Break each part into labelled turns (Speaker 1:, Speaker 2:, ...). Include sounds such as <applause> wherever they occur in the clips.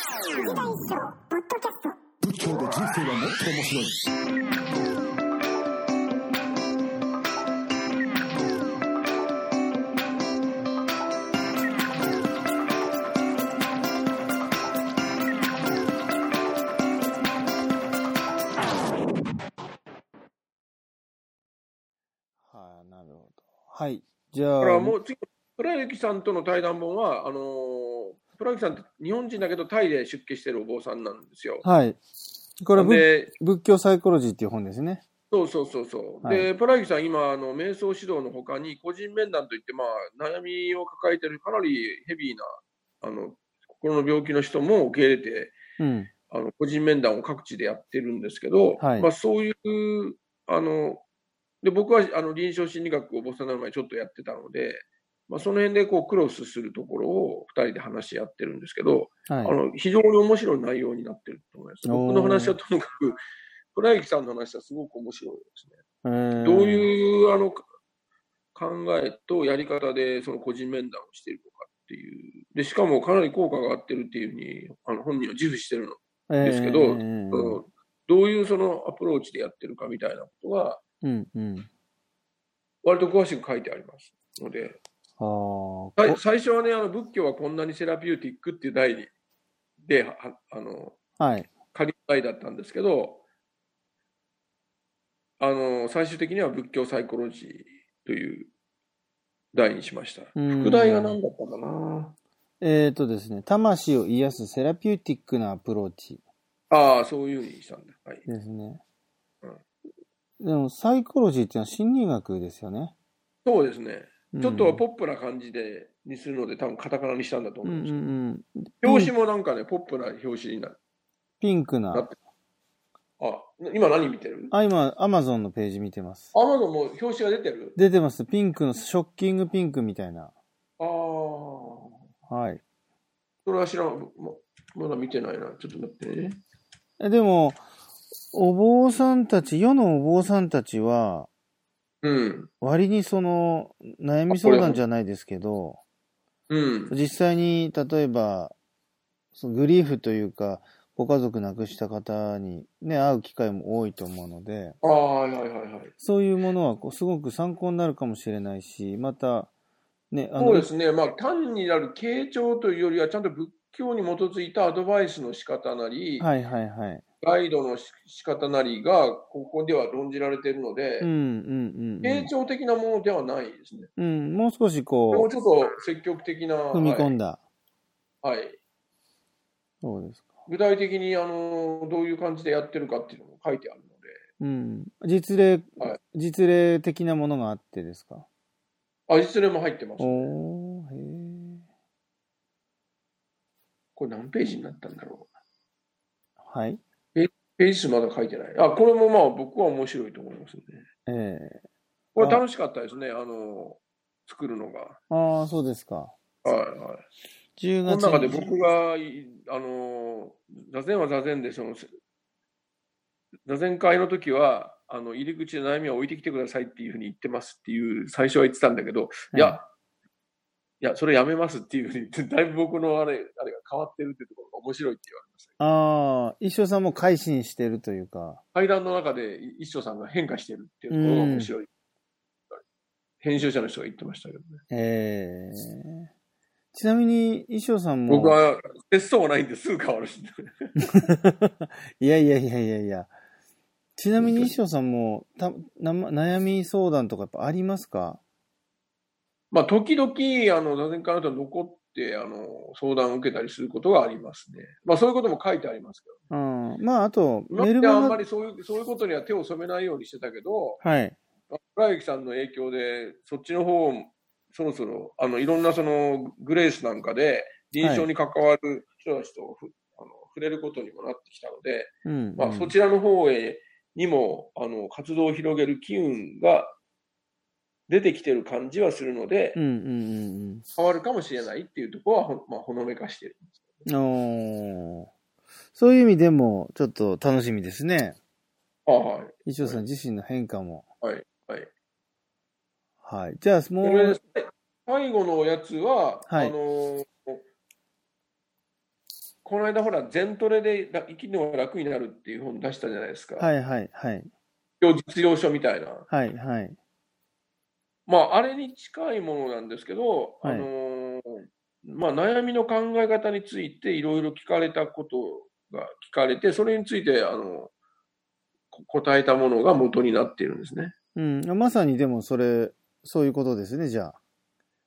Speaker 1: 水大将ポッドキャスト
Speaker 2: 仏教で人生はもっと面白い。
Speaker 3: はい、なるほど。はい。じゃあ、
Speaker 4: だからもう次、プラユキさんとの対談本は、あのープラユキさんって日本人だけど、タイで出家してるお坊さんなんですよ。
Speaker 3: はい。これは仏
Speaker 4: で、
Speaker 3: 仏教サイコロジーっていう本ですね。
Speaker 4: そうそうそうそう。
Speaker 3: はい
Speaker 4: で、プラユキさん、今、あの瞑想指導のほかに、個人面談といって、まあ、悩みを抱えてるかなりヘビーな、あの、心の病気の人も受け入れて、
Speaker 3: うん。
Speaker 4: あの個人面談を各地でやってるんですけど、
Speaker 3: はい
Speaker 4: まあ、そういう、あので僕はあの臨床心理学をボスになる前にちょっとやってたので、まあ、その辺でこうクロスするところを2人で話し合ってるんですけど、あ
Speaker 3: は
Speaker 4: の非常に面白い内容になってると思います。
Speaker 3: おー
Speaker 4: 僕の話はともかく、倉幸さんの話はすごく面白いですね。
Speaker 3: い。
Speaker 4: どう
Speaker 3: う
Speaker 4: いうあのか考えとやり方でその個人面談をしているのかっていう、でしかもかなり効果が上がってるっていうふうにあの本人は自負してるの
Speaker 3: ーん
Speaker 4: ですけど
Speaker 3: え
Speaker 4: そ
Speaker 3: ー
Speaker 4: のどういうそのアプローチでやってるかみたいなことが、
Speaker 3: うん、うん。
Speaker 4: 割と詳しく書いてありますので、
Speaker 3: あー
Speaker 4: さい
Speaker 3: こ
Speaker 4: 最初はね、あの仏教はこんなにセラピューティックっていう題にで、はあの
Speaker 3: はい。
Speaker 4: 仮の題だったんですけど、あの最終的には仏教サイコロジーという題にしました。
Speaker 3: うん
Speaker 4: 副題が何だったかな。
Speaker 3: えっ、とですね、魂を癒すセラピューティックなアプローチ
Speaker 4: ああ、そういうふうにしたんだ。はい、
Speaker 3: ですね。でも、サイコロジーっていうのは心理学ですよね。
Speaker 4: そうですね。
Speaker 3: うん
Speaker 4: ちょっとポップな感じでにするので、多分カタカナにしたんだと
Speaker 3: う
Speaker 4: 思
Speaker 3: ん
Speaker 4: う
Speaker 3: うん
Speaker 4: ですけど。
Speaker 3: んうん。
Speaker 4: 表紙もなんかね、ポップな表紙になる。
Speaker 3: ピンク
Speaker 4: な
Speaker 3: な
Speaker 4: っ。あ、今何見てる
Speaker 3: あ、今、アマゾンのページ見てます。
Speaker 4: アマゾンも表紙が出てる
Speaker 3: 出てます。ピンクの、ショッキングピンクみたいな。
Speaker 4: ああ、
Speaker 3: はい。
Speaker 4: それは知らん。ままだ見てないな。ちょっと待ってね。
Speaker 3: えでも、お坊さんたち、世のお坊さんたちは、
Speaker 4: うん。
Speaker 3: 割にその、悩み相談じゃないですけど、
Speaker 4: うん。
Speaker 3: 実際に、例えば、そのグリーフというか、ご家族亡くした方にね、会う機会も多いと思うので、
Speaker 4: ああ、はいはいはいはい。
Speaker 3: そういうものはこうすごく参考になるかもしれないし、また、ね、あ
Speaker 4: そ
Speaker 3: の
Speaker 4: うで、すね。まあ、単になる傾聴というよりは、ちゃんと仏教に基づいたアドバイスの仕方なり、
Speaker 3: はいはいはい。
Speaker 4: ガイドのし仕方なりが、ここでは論じられているので、
Speaker 3: うんうんうんう
Speaker 4: 傾
Speaker 3: ん。
Speaker 4: 聴的なものではないですね。
Speaker 3: うん、もう少し
Speaker 4: も
Speaker 3: こ
Speaker 4: うちょっと積極的な、
Speaker 3: う、踏み込んだ。
Speaker 4: はいはい、
Speaker 3: そうですか。
Speaker 4: 具体的にあのどういう感じでやってるかっていうのも書いてあるので、
Speaker 3: うん。実例、
Speaker 4: はい
Speaker 3: 実例的なものがあってですか
Speaker 4: あ、実例も入ってます。
Speaker 3: おー、へ
Speaker 4: これ何ページになったんだろう。
Speaker 3: ーはい。
Speaker 4: ページ数まだ書いてない。あ、これもまあ僕は面白いと思いますね。
Speaker 3: ええ
Speaker 4: これ楽しかったですね、あの、作るのが。
Speaker 3: ああ、そうですか。
Speaker 4: はいはい。
Speaker 3: 10
Speaker 4: この
Speaker 3: 月
Speaker 4: 中で僕が、いあの、座禅は座禅で、その、座禅会の時は、あの入り口で悩みは置いてきてくださいっていうふうに言ってますっていう最初は言ってたんだけど、いや、いや、それやめますっていうふうに言って、だいぶ僕のあれ、あれが変わってるっていうところが面白いって言われました。
Speaker 3: ああ、一生さんも改心してるというか。
Speaker 4: 対談の中でい一生さんが変化してるっていうところが面白い。編集者の人が言ってましたけどね。
Speaker 3: ええちなみに、衣装さんも。
Speaker 4: 僕。は、節操がないんですぐ変わるし。
Speaker 3: いやいやいやいやいや。ちなみに衣装さんもたな悩み相談とかやっぱありますか
Speaker 4: まあ、時々、あの、座禅会の人は残って、あの、相談を受けたりすることがありますね。まあ、そういうことも書いてありますけ
Speaker 3: うん。まあ、あと、
Speaker 4: ど。
Speaker 3: メル
Speaker 4: 今までは
Speaker 3: マ
Speaker 4: あんま
Speaker 3: ガ。
Speaker 4: りそういう、そういうことには手を染めないようにしてたけど、
Speaker 3: はい。
Speaker 4: 倉幸さんの影響で、そっちの方も、そろそろ、あの、いろんなその、グレースなんかで、臨床に関わる人たちとふ、あの触れることにもなってきたので、
Speaker 3: うん、うん。
Speaker 4: まあ、そちらの方へにもあの活動を広げる機運が出てきてる感じはするので、
Speaker 3: うんうんうん
Speaker 4: 変わるかもしれないっていうところはほ,、まあ、ほのめかしてる。
Speaker 3: うん。おーそういう意味でも、ちょっと楽しみですね。
Speaker 4: あはい。
Speaker 3: 一応さん自身の変化も。
Speaker 4: はいはい。
Speaker 3: はい。じゃあ、も
Speaker 4: それ
Speaker 3: う
Speaker 4: で、最後のおやつは、
Speaker 3: はい
Speaker 4: あのーこの間ほら、全トレでら生きるのが楽になるっていう本出したじゃないですか。
Speaker 3: はいはいはい。
Speaker 4: 要実用書みたいな。
Speaker 3: はいはい。
Speaker 4: まあ、あれに近いものなんですけど、
Speaker 3: はい
Speaker 4: あのーまあ、悩みの考え方についていろいろ聞かれたことが聞かれて、それについて、あの、こ答えたものが元になっているんですね。
Speaker 3: うん。まさにでもそれ、そういうことですね、じゃあ。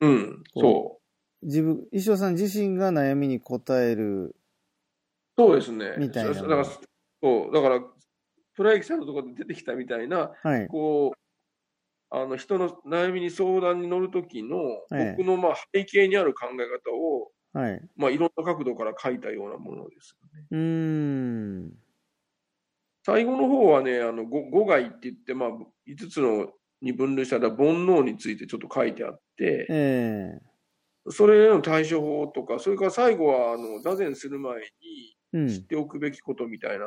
Speaker 4: うん、そ
Speaker 3: 自分、衣装さん自身が悩みに答える。
Speaker 4: う。そうですね。
Speaker 3: みたいな
Speaker 4: そだから、そう、だから、プロ野球さんのところで出てきたみたいな、
Speaker 3: はい。
Speaker 4: こう、あの、人の悩みに相談に乗るときの、
Speaker 3: ええ
Speaker 4: 僕の、まあ、背景にある考え方を、
Speaker 3: はい。
Speaker 4: まあ、いろんな角度から書いたようなものです。
Speaker 3: うーん。
Speaker 4: 最後の方はね、あの五五害って言って、まあ、5つのに分類したら煩悩についてちょっと書いてあって、
Speaker 3: ええ
Speaker 4: それへの対処法とか、それから最後はあの座禅する前
Speaker 3: う
Speaker 4: に知っ
Speaker 3: ん。
Speaker 4: ておくべきことみたいな、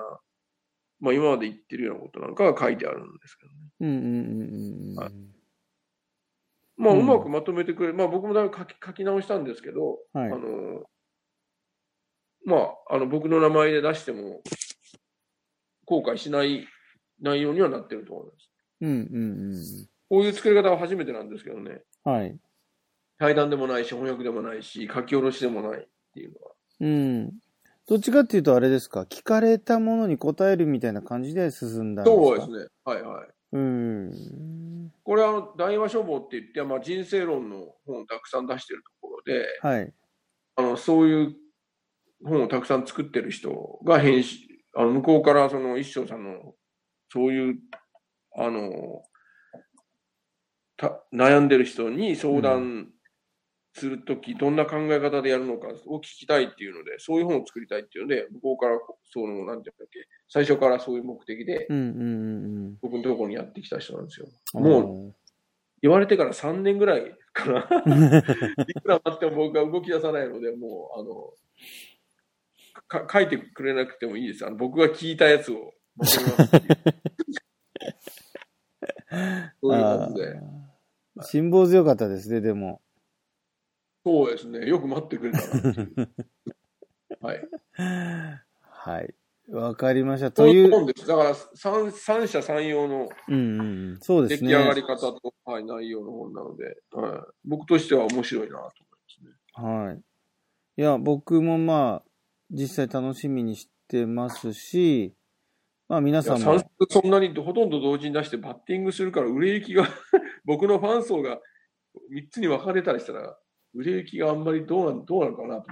Speaker 4: まあ、今まで言ってるようなことなんかが書いてあるんですけどね。
Speaker 3: うんうんうんうん
Speaker 4: は
Speaker 3: う
Speaker 4: まあ、
Speaker 3: うん
Speaker 4: うまくまとめてくれ、まあ、僕もだいぶ書き書き直したんですけど、
Speaker 3: ん。
Speaker 4: あ
Speaker 3: はい。
Speaker 4: のまあ、あの僕の名前で出しても後悔しない内容にはなってると思います。
Speaker 3: うんうん
Speaker 4: こういう作り方は初めてなんですけどね。
Speaker 3: うん。はい。
Speaker 4: 対談でもないし、翻訳でもないし、書き下ろしでもないっていうのは。
Speaker 3: うん。どっちかっていうとあれですか聞かれたものに答えるみたいな感じで進んだんですか
Speaker 4: そうですね。はいはい。
Speaker 3: うん。
Speaker 4: これはあの、大和書房って言って、まあ、人生論の本をたくさん出してるところで、
Speaker 3: はい。
Speaker 4: あのそういう本をたくさん作ってる人が編集、あの向こうからその一生さんの、そういう、あの、た悩んでる人に相談するとき、どんな考え方でやるのかを聞きたいっていうので、そういう本を作りたいっていうので、向こうから、その、なんていうんだっけ、最初からそういう目的で、
Speaker 3: うんうんうんうん。
Speaker 4: 僕のところにやってきた人なんですよ。もう、
Speaker 3: う。
Speaker 4: 言われてから3年ぐらい
Speaker 3: <laughs>
Speaker 4: かな。いくら待っても僕が動き出さないので、もう、あの、か書いてくれなくてもいいです。あの僕が聞いたやつ
Speaker 3: <laughs>
Speaker 4: をまとめますっていう。そういう感じで。
Speaker 3: あー辛抱強かったですね、でも。
Speaker 4: そうですね。よく待ってくれたなっていう。
Speaker 3: <laughs>
Speaker 4: はい。
Speaker 3: はい。わかりました。
Speaker 4: そ
Speaker 3: と
Speaker 4: うい
Speaker 3: いうう、
Speaker 4: 本です。だから三、三者三様の
Speaker 3: うんうんうん。そう
Speaker 4: 出
Speaker 3: です
Speaker 4: 来
Speaker 3: ね。
Speaker 4: 上がり方と、はい、内容の本なので、はい、僕としては面白いなと思いますね。
Speaker 3: はい。いや、僕もまあ、実際楽しみにしてますし、まあ皆
Speaker 4: い
Speaker 3: さ
Speaker 4: や
Speaker 3: ん
Speaker 4: 算
Speaker 3: も
Speaker 4: 数、そんなにほとんど同時に出してバッティングするから売れ行きが <laughs> 僕のファン層が3つに分かれたりしたら売れ行きがあんまりどうなんどうなるかなと思っ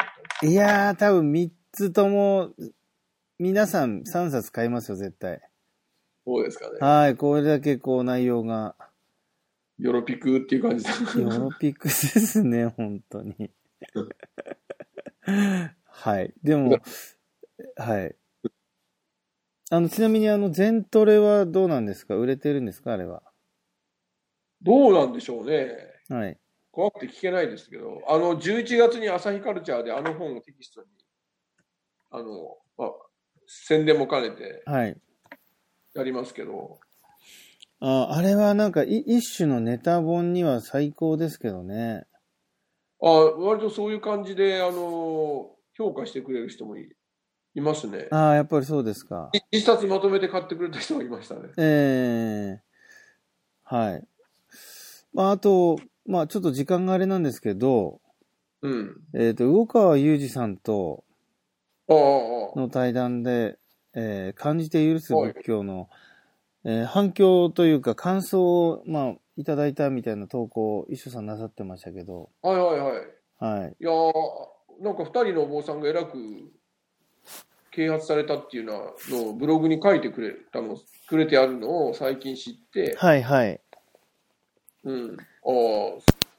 Speaker 4: た
Speaker 3: いやー、多分3つとも、皆さん3冊買いますよ、絶対。
Speaker 4: そうですかね
Speaker 3: はい、これだけこう内容が、
Speaker 4: ヨロピクっていう感じだ
Speaker 3: ヨロピクスですね、 <laughs> 本当に。はい。でも、はい。あの、ちなみにあの、全トレはどうなんですか売れてるんですかあれは。
Speaker 4: <laughs> どうなんでしょうね
Speaker 3: はい。
Speaker 4: 怖くて聞けないですけどあの11月に朝日カルチャーであの本をテキストにあの、まあ、宣伝も兼ねて
Speaker 3: はい。
Speaker 4: やりますけど
Speaker 3: ああれはなんかい一種のネタ本には最高ですけどね。
Speaker 4: あ割とそういう感じであの評価してくれる人もいいますね
Speaker 3: ああ、やっぱりそうですか。
Speaker 4: 一一冊まとめて買ってくれた人がいましたね。
Speaker 3: ええはい。まあ、あと、まあ、ちょっと時間があれなんですけど、
Speaker 4: うん。
Speaker 3: えっ、と、魚川雄二さんと
Speaker 4: ああ、ああ
Speaker 3: の対談で、えー感じて許す仏教の、えー反響というか感想を、まあ、いただいたみたいな投稿を一緒さんなさってましたけど、
Speaker 4: ああ、はいはいはい。
Speaker 3: はい。
Speaker 4: いやーなんか二人のお坊さんが偉く啓発されたっていうのはのをブログに書いてくれたの、くれてあるのを最近知って、
Speaker 3: はいはい。
Speaker 4: うん。ああ、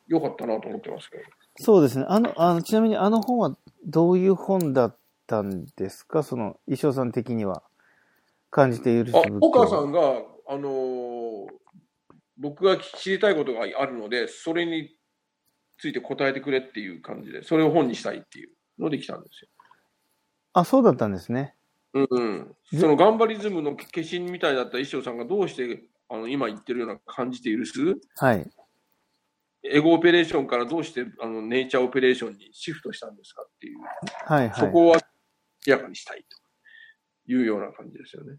Speaker 4: よかったなと思ってますけど。
Speaker 3: そうですね。あの、あの、ちなみにあの本はどういう本だったんですかその、衣装さん的には。感じて許す
Speaker 4: あ
Speaker 3: 仏、教。
Speaker 4: 岡さんが、あのー僕が知りたいことがあるので、それについて答えてくれっていう感じで、それを本にしたいっていうので来たんですよ。
Speaker 3: あ、そうだったんですね。
Speaker 4: うんうん、そのガンバリズムの化身みたいだった衣装さんがどうしてあの今言ってるような感じて許す
Speaker 3: はい。
Speaker 4: エゴオペレーションからどうしてあのネイチャーオペレーションにシフトしたんですかっていう、
Speaker 3: はいはい。
Speaker 4: そこは明らかにしたいというような感じですよね。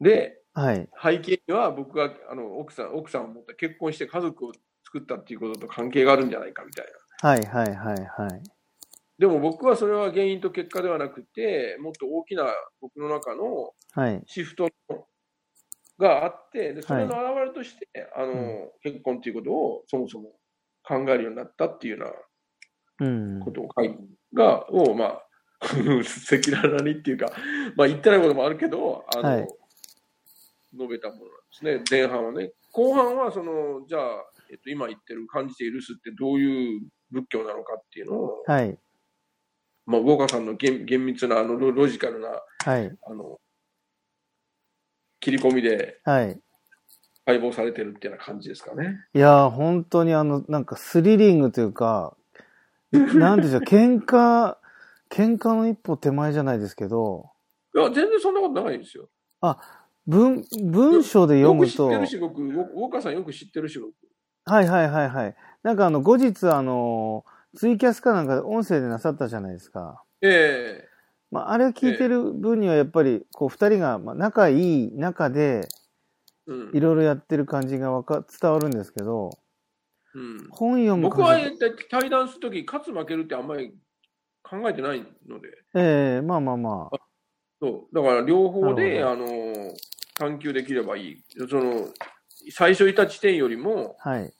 Speaker 4: で、
Speaker 3: はい。
Speaker 4: 背景には僕があの奥さん奥さんを持って結婚して家族を作ったっていうことと関係があるんじゃないかみたいな。
Speaker 3: はいはいはいはい。
Speaker 4: でも僕はそれは原因と結果ではなくて、もっと大きな僕の中の
Speaker 3: はい。
Speaker 4: シフトがあって、でそれの
Speaker 3: は
Speaker 4: 表れとして、あの結婚ということをそもそも考えるようになったっていうような
Speaker 3: うん。
Speaker 4: ことを書いが、を、まあ、 <laughs> 赤裸々にっていうか、まあ言ってないこともあるけど、あの、
Speaker 3: はい
Speaker 4: 述べたものなんですね、前半はね。後半は、その、じゃあ、えっと、今言ってる感じて許すってどういう仏教なのかっていうのを、
Speaker 3: はい。
Speaker 4: まあ、ウォーカーさんの厳厳密な、あの、ロロジカルな、
Speaker 3: はい。
Speaker 4: あの、切り込みで
Speaker 3: はい。
Speaker 4: 解剖されてるっていうような感じですかね。
Speaker 3: いやー、本当にあの、なんかスリリングというか、なん
Speaker 4: <laughs>
Speaker 3: ていうんでしょう、喧嘩、喧嘩の一歩手前じゃないですけど、
Speaker 4: いや、全然そんなことないですよ。
Speaker 3: 文、文章で読
Speaker 4: よく
Speaker 3: む
Speaker 4: 知っ
Speaker 3: と、
Speaker 4: てるし、僕、ウォウォーカーさんよく知ってるし、僕。
Speaker 3: はいはいはいはい。なんかあの、後日あの、ツイキャスかなんかで音声でなさったじゃないですか。
Speaker 4: ええ
Speaker 3: まあ、あれ聞いてる分にはやっぱり、こう、二人が、まあ、仲いい中で、
Speaker 4: うん
Speaker 3: いろいろやってる感じがわか、伝わるんですけど、
Speaker 4: うん、
Speaker 3: 本読む
Speaker 4: 僕
Speaker 3: 感
Speaker 4: は
Speaker 3: じ、
Speaker 4: 対談するとき、勝つ負けるってあんまり考えてないので、
Speaker 3: ええまあまあまあ、
Speaker 4: そうだから両方で、
Speaker 3: な
Speaker 4: あの探求できればいい。その最初いた地点よりも
Speaker 3: はい、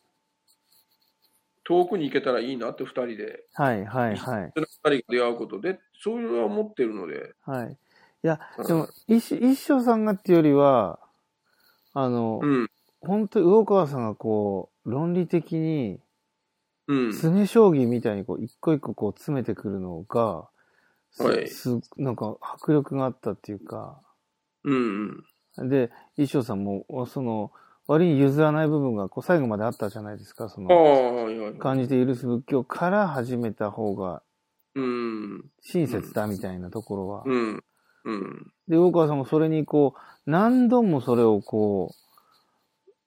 Speaker 4: 遠くに行けたらいいなって2人で、
Speaker 3: はいはいはい。
Speaker 4: その2人が出会うことで、そういうのは思ってるので、
Speaker 3: はい。いや、
Speaker 4: うん
Speaker 3: でも、一一生さんがっていうよりは、あの、
Speaker 4: うん、
Speaker 3: 本当に魚川さんがこう、論理的に、
Speaker 4: うん、
Speaker 3: 詰め将棋みたいにこう、一個一個こう、詰めてくるのが、す、
Speaker 4: はい
Speaker 3: すなんか、迫力があったっていうか、
Speaker 4: うん、
Speaker 3: で、一生さんも、おその、割に譲らない部分が、こう、最後まであったじゃないですか、そ
Speaker 4: うん。ああ、
Speaker 3: の、
Speaker 4: はいはい。
Speaker 3: 感じて許す仏教から始めた方が、
Speaker 4: うん、
Speaker 3: 親切だみたいなところは、
Speaker 4: うん、うん、
Speaker 3: で、大川さんもそれにこう、何度もそれをこ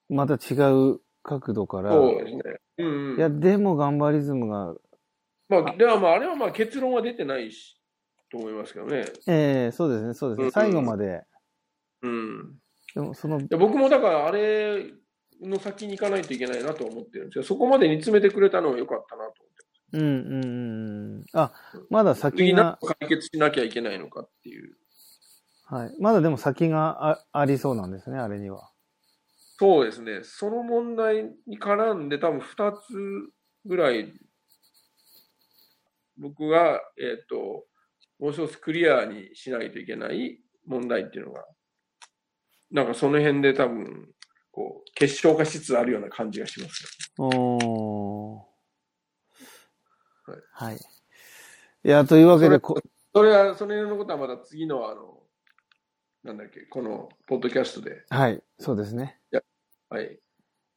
Speaker 3: う、また違う角度から、
Speaker 4: そうですね。うん、
Speaker 3: いや、でもガンバリズムが、
Speaker 4: まあ、ではまあ、あれはまあ結論は出てないし、と思いますけどね。
Speaker 3: ええそうですね、そうです
Speaker 4: う
Speaker 3: ね、
Speaker 4: ん
Speaker 3: 最後まで、
Speaker 4: うん。
Speaker 3: でもその、
Speaker 4: いや僕もだからあれの先に行かないといけないなと思ってるんですよ。そこまで煮詰めてくれたのは良かったなと思って。
Speaker 3: うん、うん、うん、あ、まだ先
Speaker 4: 次何
Speaker 3: が、
Speaker 4: を解決しなきゃいけないのかっていう。
Speaker 3: はい、まだでも先があありそうなんですね、あれには。
Speaker 4: そうですね。その問題に絡んで多分2つぐらい僕が、えっ、と、もう一つクリアにしないといけない問題っていうのが、なんかその辺で多分、こう、結晶化しつつあるような感じがします。
Speaker 3: おー。
Speaker 4: はい
Speaker 3: はい。いや、というわけで、こ
Speaker 4: それは、その辺のことはまた次の、あの、なんだっけ、この、ポッドキャストで、
Speaker 3: はい、そうですね。
Speaker 4: はい。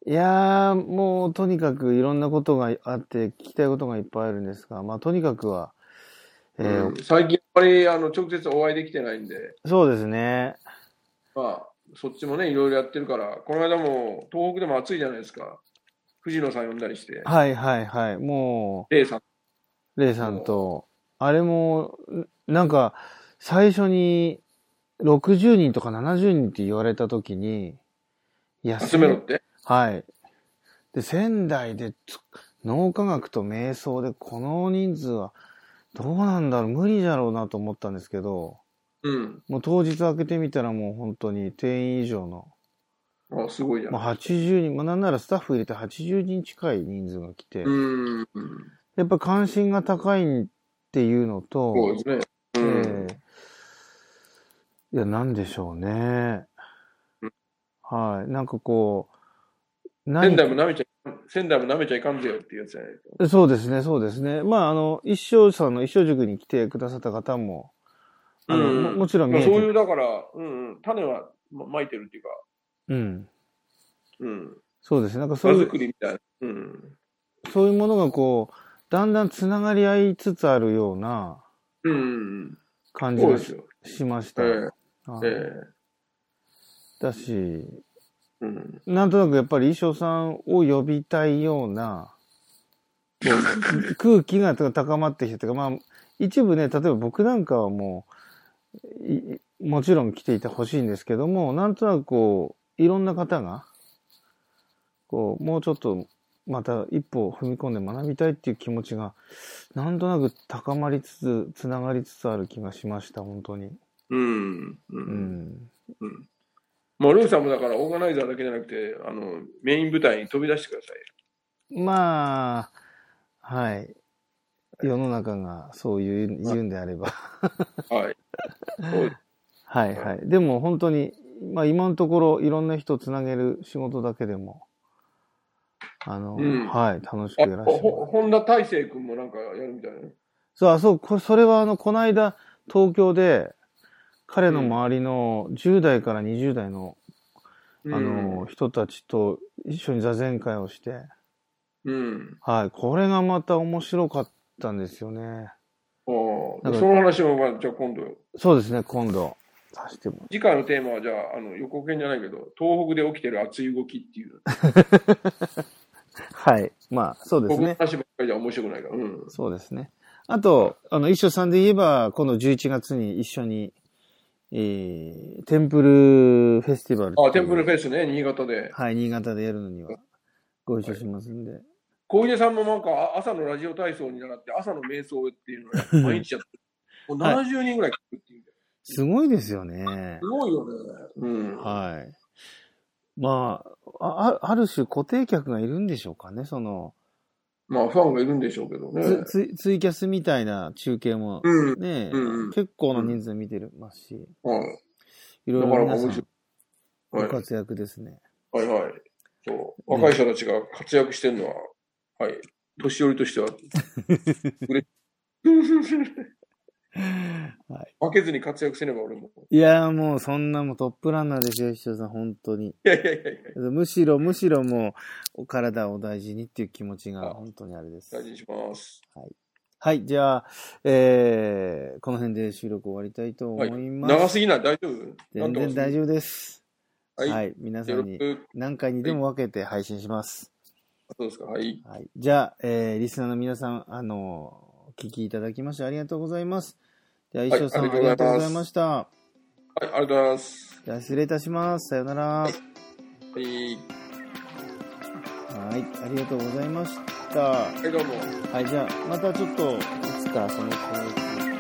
Speaker 3: いやー、もうとにかくいろんなことがあって、聞きたいことがいっぱいあるんですが、まあとにかくは、えー
Speaker 4: うん最近、やっぱり、あの、直接お会いできてないんで、
Speaker 3: そうですね。
Speaker 4: まあ、そっちもね、いろいろやってるから、この間も、東北でも暑いじゃないですか。藤野さん呼んだりして、
Speaker 3: はいはいはい。も
Speaker 4: レイさん。
Speaker 3: う、レイさんと、あれも、なんか、最初に60人とか70人って言われた時に、いや、
Speaker 4: 集めろって。
Speaker 3: はい。で、仙台でつ脳科学と瞑想でこの人数はどうなんだろう無理だろうなと思ったんですけど、
Speaker 4: うん。
Speaker 3: もう当日開けてみたらもう本当に定員以上の、
Speaker 4: あ、すごいじゃん。
Speaker 3: まあ、80人、まあ、なんならスタッフ入れて80人近い人数が来て、
Speaker 4: うん。
Speaker 3: やっぱ関心が高いっていうのと、
Speaker 4: そうですね。う
Speaker 3: え
Speaker 4: ん。
Speaker 3: えいや、なんでしょうね
Speaker 4: う。
Speaker 3: はい。なんかこう、
Speaker 4: 仙
Speaker 3: 何
Speaker 4: 台も舐めちゃ、仙台も舐めちゃいかんぜよっていうやつじゃないですか。
Speaker 3: そうですね、そうですね。まあ、あの、一生さんの一生塾に来てくださった方も、あの
Speaker 4: うん
Speaker 3: ももちろん見
Speaker 4: まあ
Speaker 3: え
Speaker 4: そう
Speaker 3: て
Speaker 4: いう、だから、うんうん、種はままいてるっていうか、
Speaker 3: うん。
Speaker 4: うん。
Speaker 3: そうですね。なんかそう
Speaker 4: 場
Speaker 3: いう
Speaker 4: 作、りみたいな。うん。
Speaker 3: そういうものがこう、だんだんつながり合いつつあるような
Speaker 4: うんうんう
Speaker 3: 感
Speaker 4: ん。
Speaker 3: じ
Speaker 4: そう
Speaker 3: が
Speaker 4: です
Speaker 3: し
Speaker 4: よ。
Speaker 3: しまし
Speaker 4: え
Speaker 3: た。はい
Speaker 4: ええ
Speaker 3: だし、
Speaker 4: えうん。
Speaker 3: なんとなくやっぱり衣装さんを呼びたいような、こう空気が高まってきてというか、まあ、一部ね、例えば僕なんかはもう、いもちろん来ていてほしいんですけども、なんとなくこう、いろんな方が、こう、もうちょっと、また一歩踏み込んで学びたいっていう気持ちが、なんとなく高まりつつ、つながりつつある気がしました、本当に。
Speaker 4: うん。う。
Speaker 3: うんん。
Speaker 4: うん。まあ、りょうさんもだから、オーガナイザーだけじゃなくて、あの、メイン舞台に飛び出してください。
Speaker 3: まあ、はい。世の中がそういう言うんであれば。 <laughs>
Speaker 4: はい。そう
Speaker 3: はいはい。でも本当に、まあ今のところいろんな人をつなげる仕事だけでも、あの、
Speaker 4: うん
Speaker 3: はい、楽しく
Speaker 4: あ
Speaker 3: やらせてもら
Speaker 4: ほ
Speaker 3: う。
Speaker 4: 本田大成君もなんかやるみたいなね。
Speaker 3: そう、あ、そう、こそれはあの、この間東京で、彼の周りの10代から20代の、
Speaker 4: うん
Speaker 3: あの、、人たちと一緒に座禅会をして、
Speaker 4: うん。
Speaker 3: はい、これがまた面白かったんですよね。
Speaker 4: あー
Speaker 3: なんか
Speaker 4: その話も、まあ、じゃあ今度、
Speaker 3: そうですね、今度、させても
Speaker 4: 次回のテーマは、じゃあ、あの、予告編じゃないけど、東北で起きてる熱い動きっていう。
Speaker 3: はい。まあ、そうです
Speaker 4: 僕の
Speaker 3: ね。
Speaker 4: 話ばっかりじゃ面白くないから。うん。
Speaker 3: そうですね。あと、あの、一緒さんで言えば、この11月に一緒に、えー、テンプルフェスティバル。
Speaker 4: あ、テンプルフェスね、新潟で。
Speaker 3: はい、新潟でやるのには、ご一緒しますんで。
Speaker 4: 小出さんもなんか、あ朝のラジオ体操に習って、朝の瞑想っていうのを毎日やって
Speaker 3: <laughs>
Speaker 4: る。もう70人ぐらい来るっていう。
Speaker 3: すごいですよね
Speaker 4: す。ごいよね。うん。
Speaker 3: はい。まあ、あ、あある種固定客がいるんでしょうかね、その、
Speaker 4: まあ、ファンがいるんでしょうけどね。
Speaker 3: ツツイツイキャスみたいな中継も、
Speaker 4: うん。
Speaker 3: ね、
Speaker 4: うんうん
Speaker 3: 結構な人数見てますし、
Speaker 4: はい。
Speaker 3: いろ
Speaker 4: ないか
Speaker 3: ろ
Speaker 4: な
Speaker 3: 皆
Speaker 4: か
Speaker 3: さ
Speaker 4: 面
Speaker 3: ん
Speaker 4: 白
Speaker 3: ご
Speaker 4: い。はい。
Speaker 3: 活躍ですね。
Speaker 4: はいはい。そう。若い人たちが活躍してるのは、はい。年寄りとしては、嬉しい。
Speaker 3: <laughs> はい
Speaker 4: 負けずに活躍せねば俺も。
Speaker 3: いやーもうそんなもうトップランナーですよ、石田さん、本当に。
Speaker 4: いやいやいやいや、
Speaker 3: むしろむしろもう、お体を大事にっていう気持ちが
Speaker 4: あ
Speaker 3: 本当にあれです
Speaker 4: 大。事にします。
Speaker 3: はい、じゃあ、えー、この辺で収録終わりたいと思
Speaker 4: はい
Speaker 3: います。
Speaker 4: 長すぎない大丈夫
Speaker 3: 全然大
Speaker 4: 丈
Speaker 3: 丈夫です。
Speaker 4: 夫。はい。
Speaker 3: はい、皆さ
Speaker 4: よ
Speaker 3: ん
Speaker 4: ろ
Speaker 3: に
Speaker 4: しく。
Speaker 3: 何回にでも分けて配信します。
Speaker 4: そうですか。はい。
Speaker 3: はい、じゃあ、えー、リスナーの皆さん、あの、お聞きいただきましてありがとうございます。じゃあ、石田さん、
Speaker 4: はい
Speaker 3: あ
Speaker 4: あ
Speaker 3: り
Speaker 4: り
Speaker 3: が
Speaker 4: が
Speaker 3: と
Speaker 4: と
Speaker 3: う
Speaker 4: う
Speaker 3: ござ
Speaker 4: ござ
Speaker 3: い
Speaker 4: い
Speaker 3: ま
Speaker 4: ま
Speaker 3: した。
Speaker 4: はい、ありがとうございます。
Speaker 3: じゃあ、失礼いたします。さよなら。はい、
Speaker 4: はい。
Speaker 3: ありがとうございました。
Speaker 4: はい、どうも。
Speaker 3: はい、じゃあ、またちょっと、いつかその子を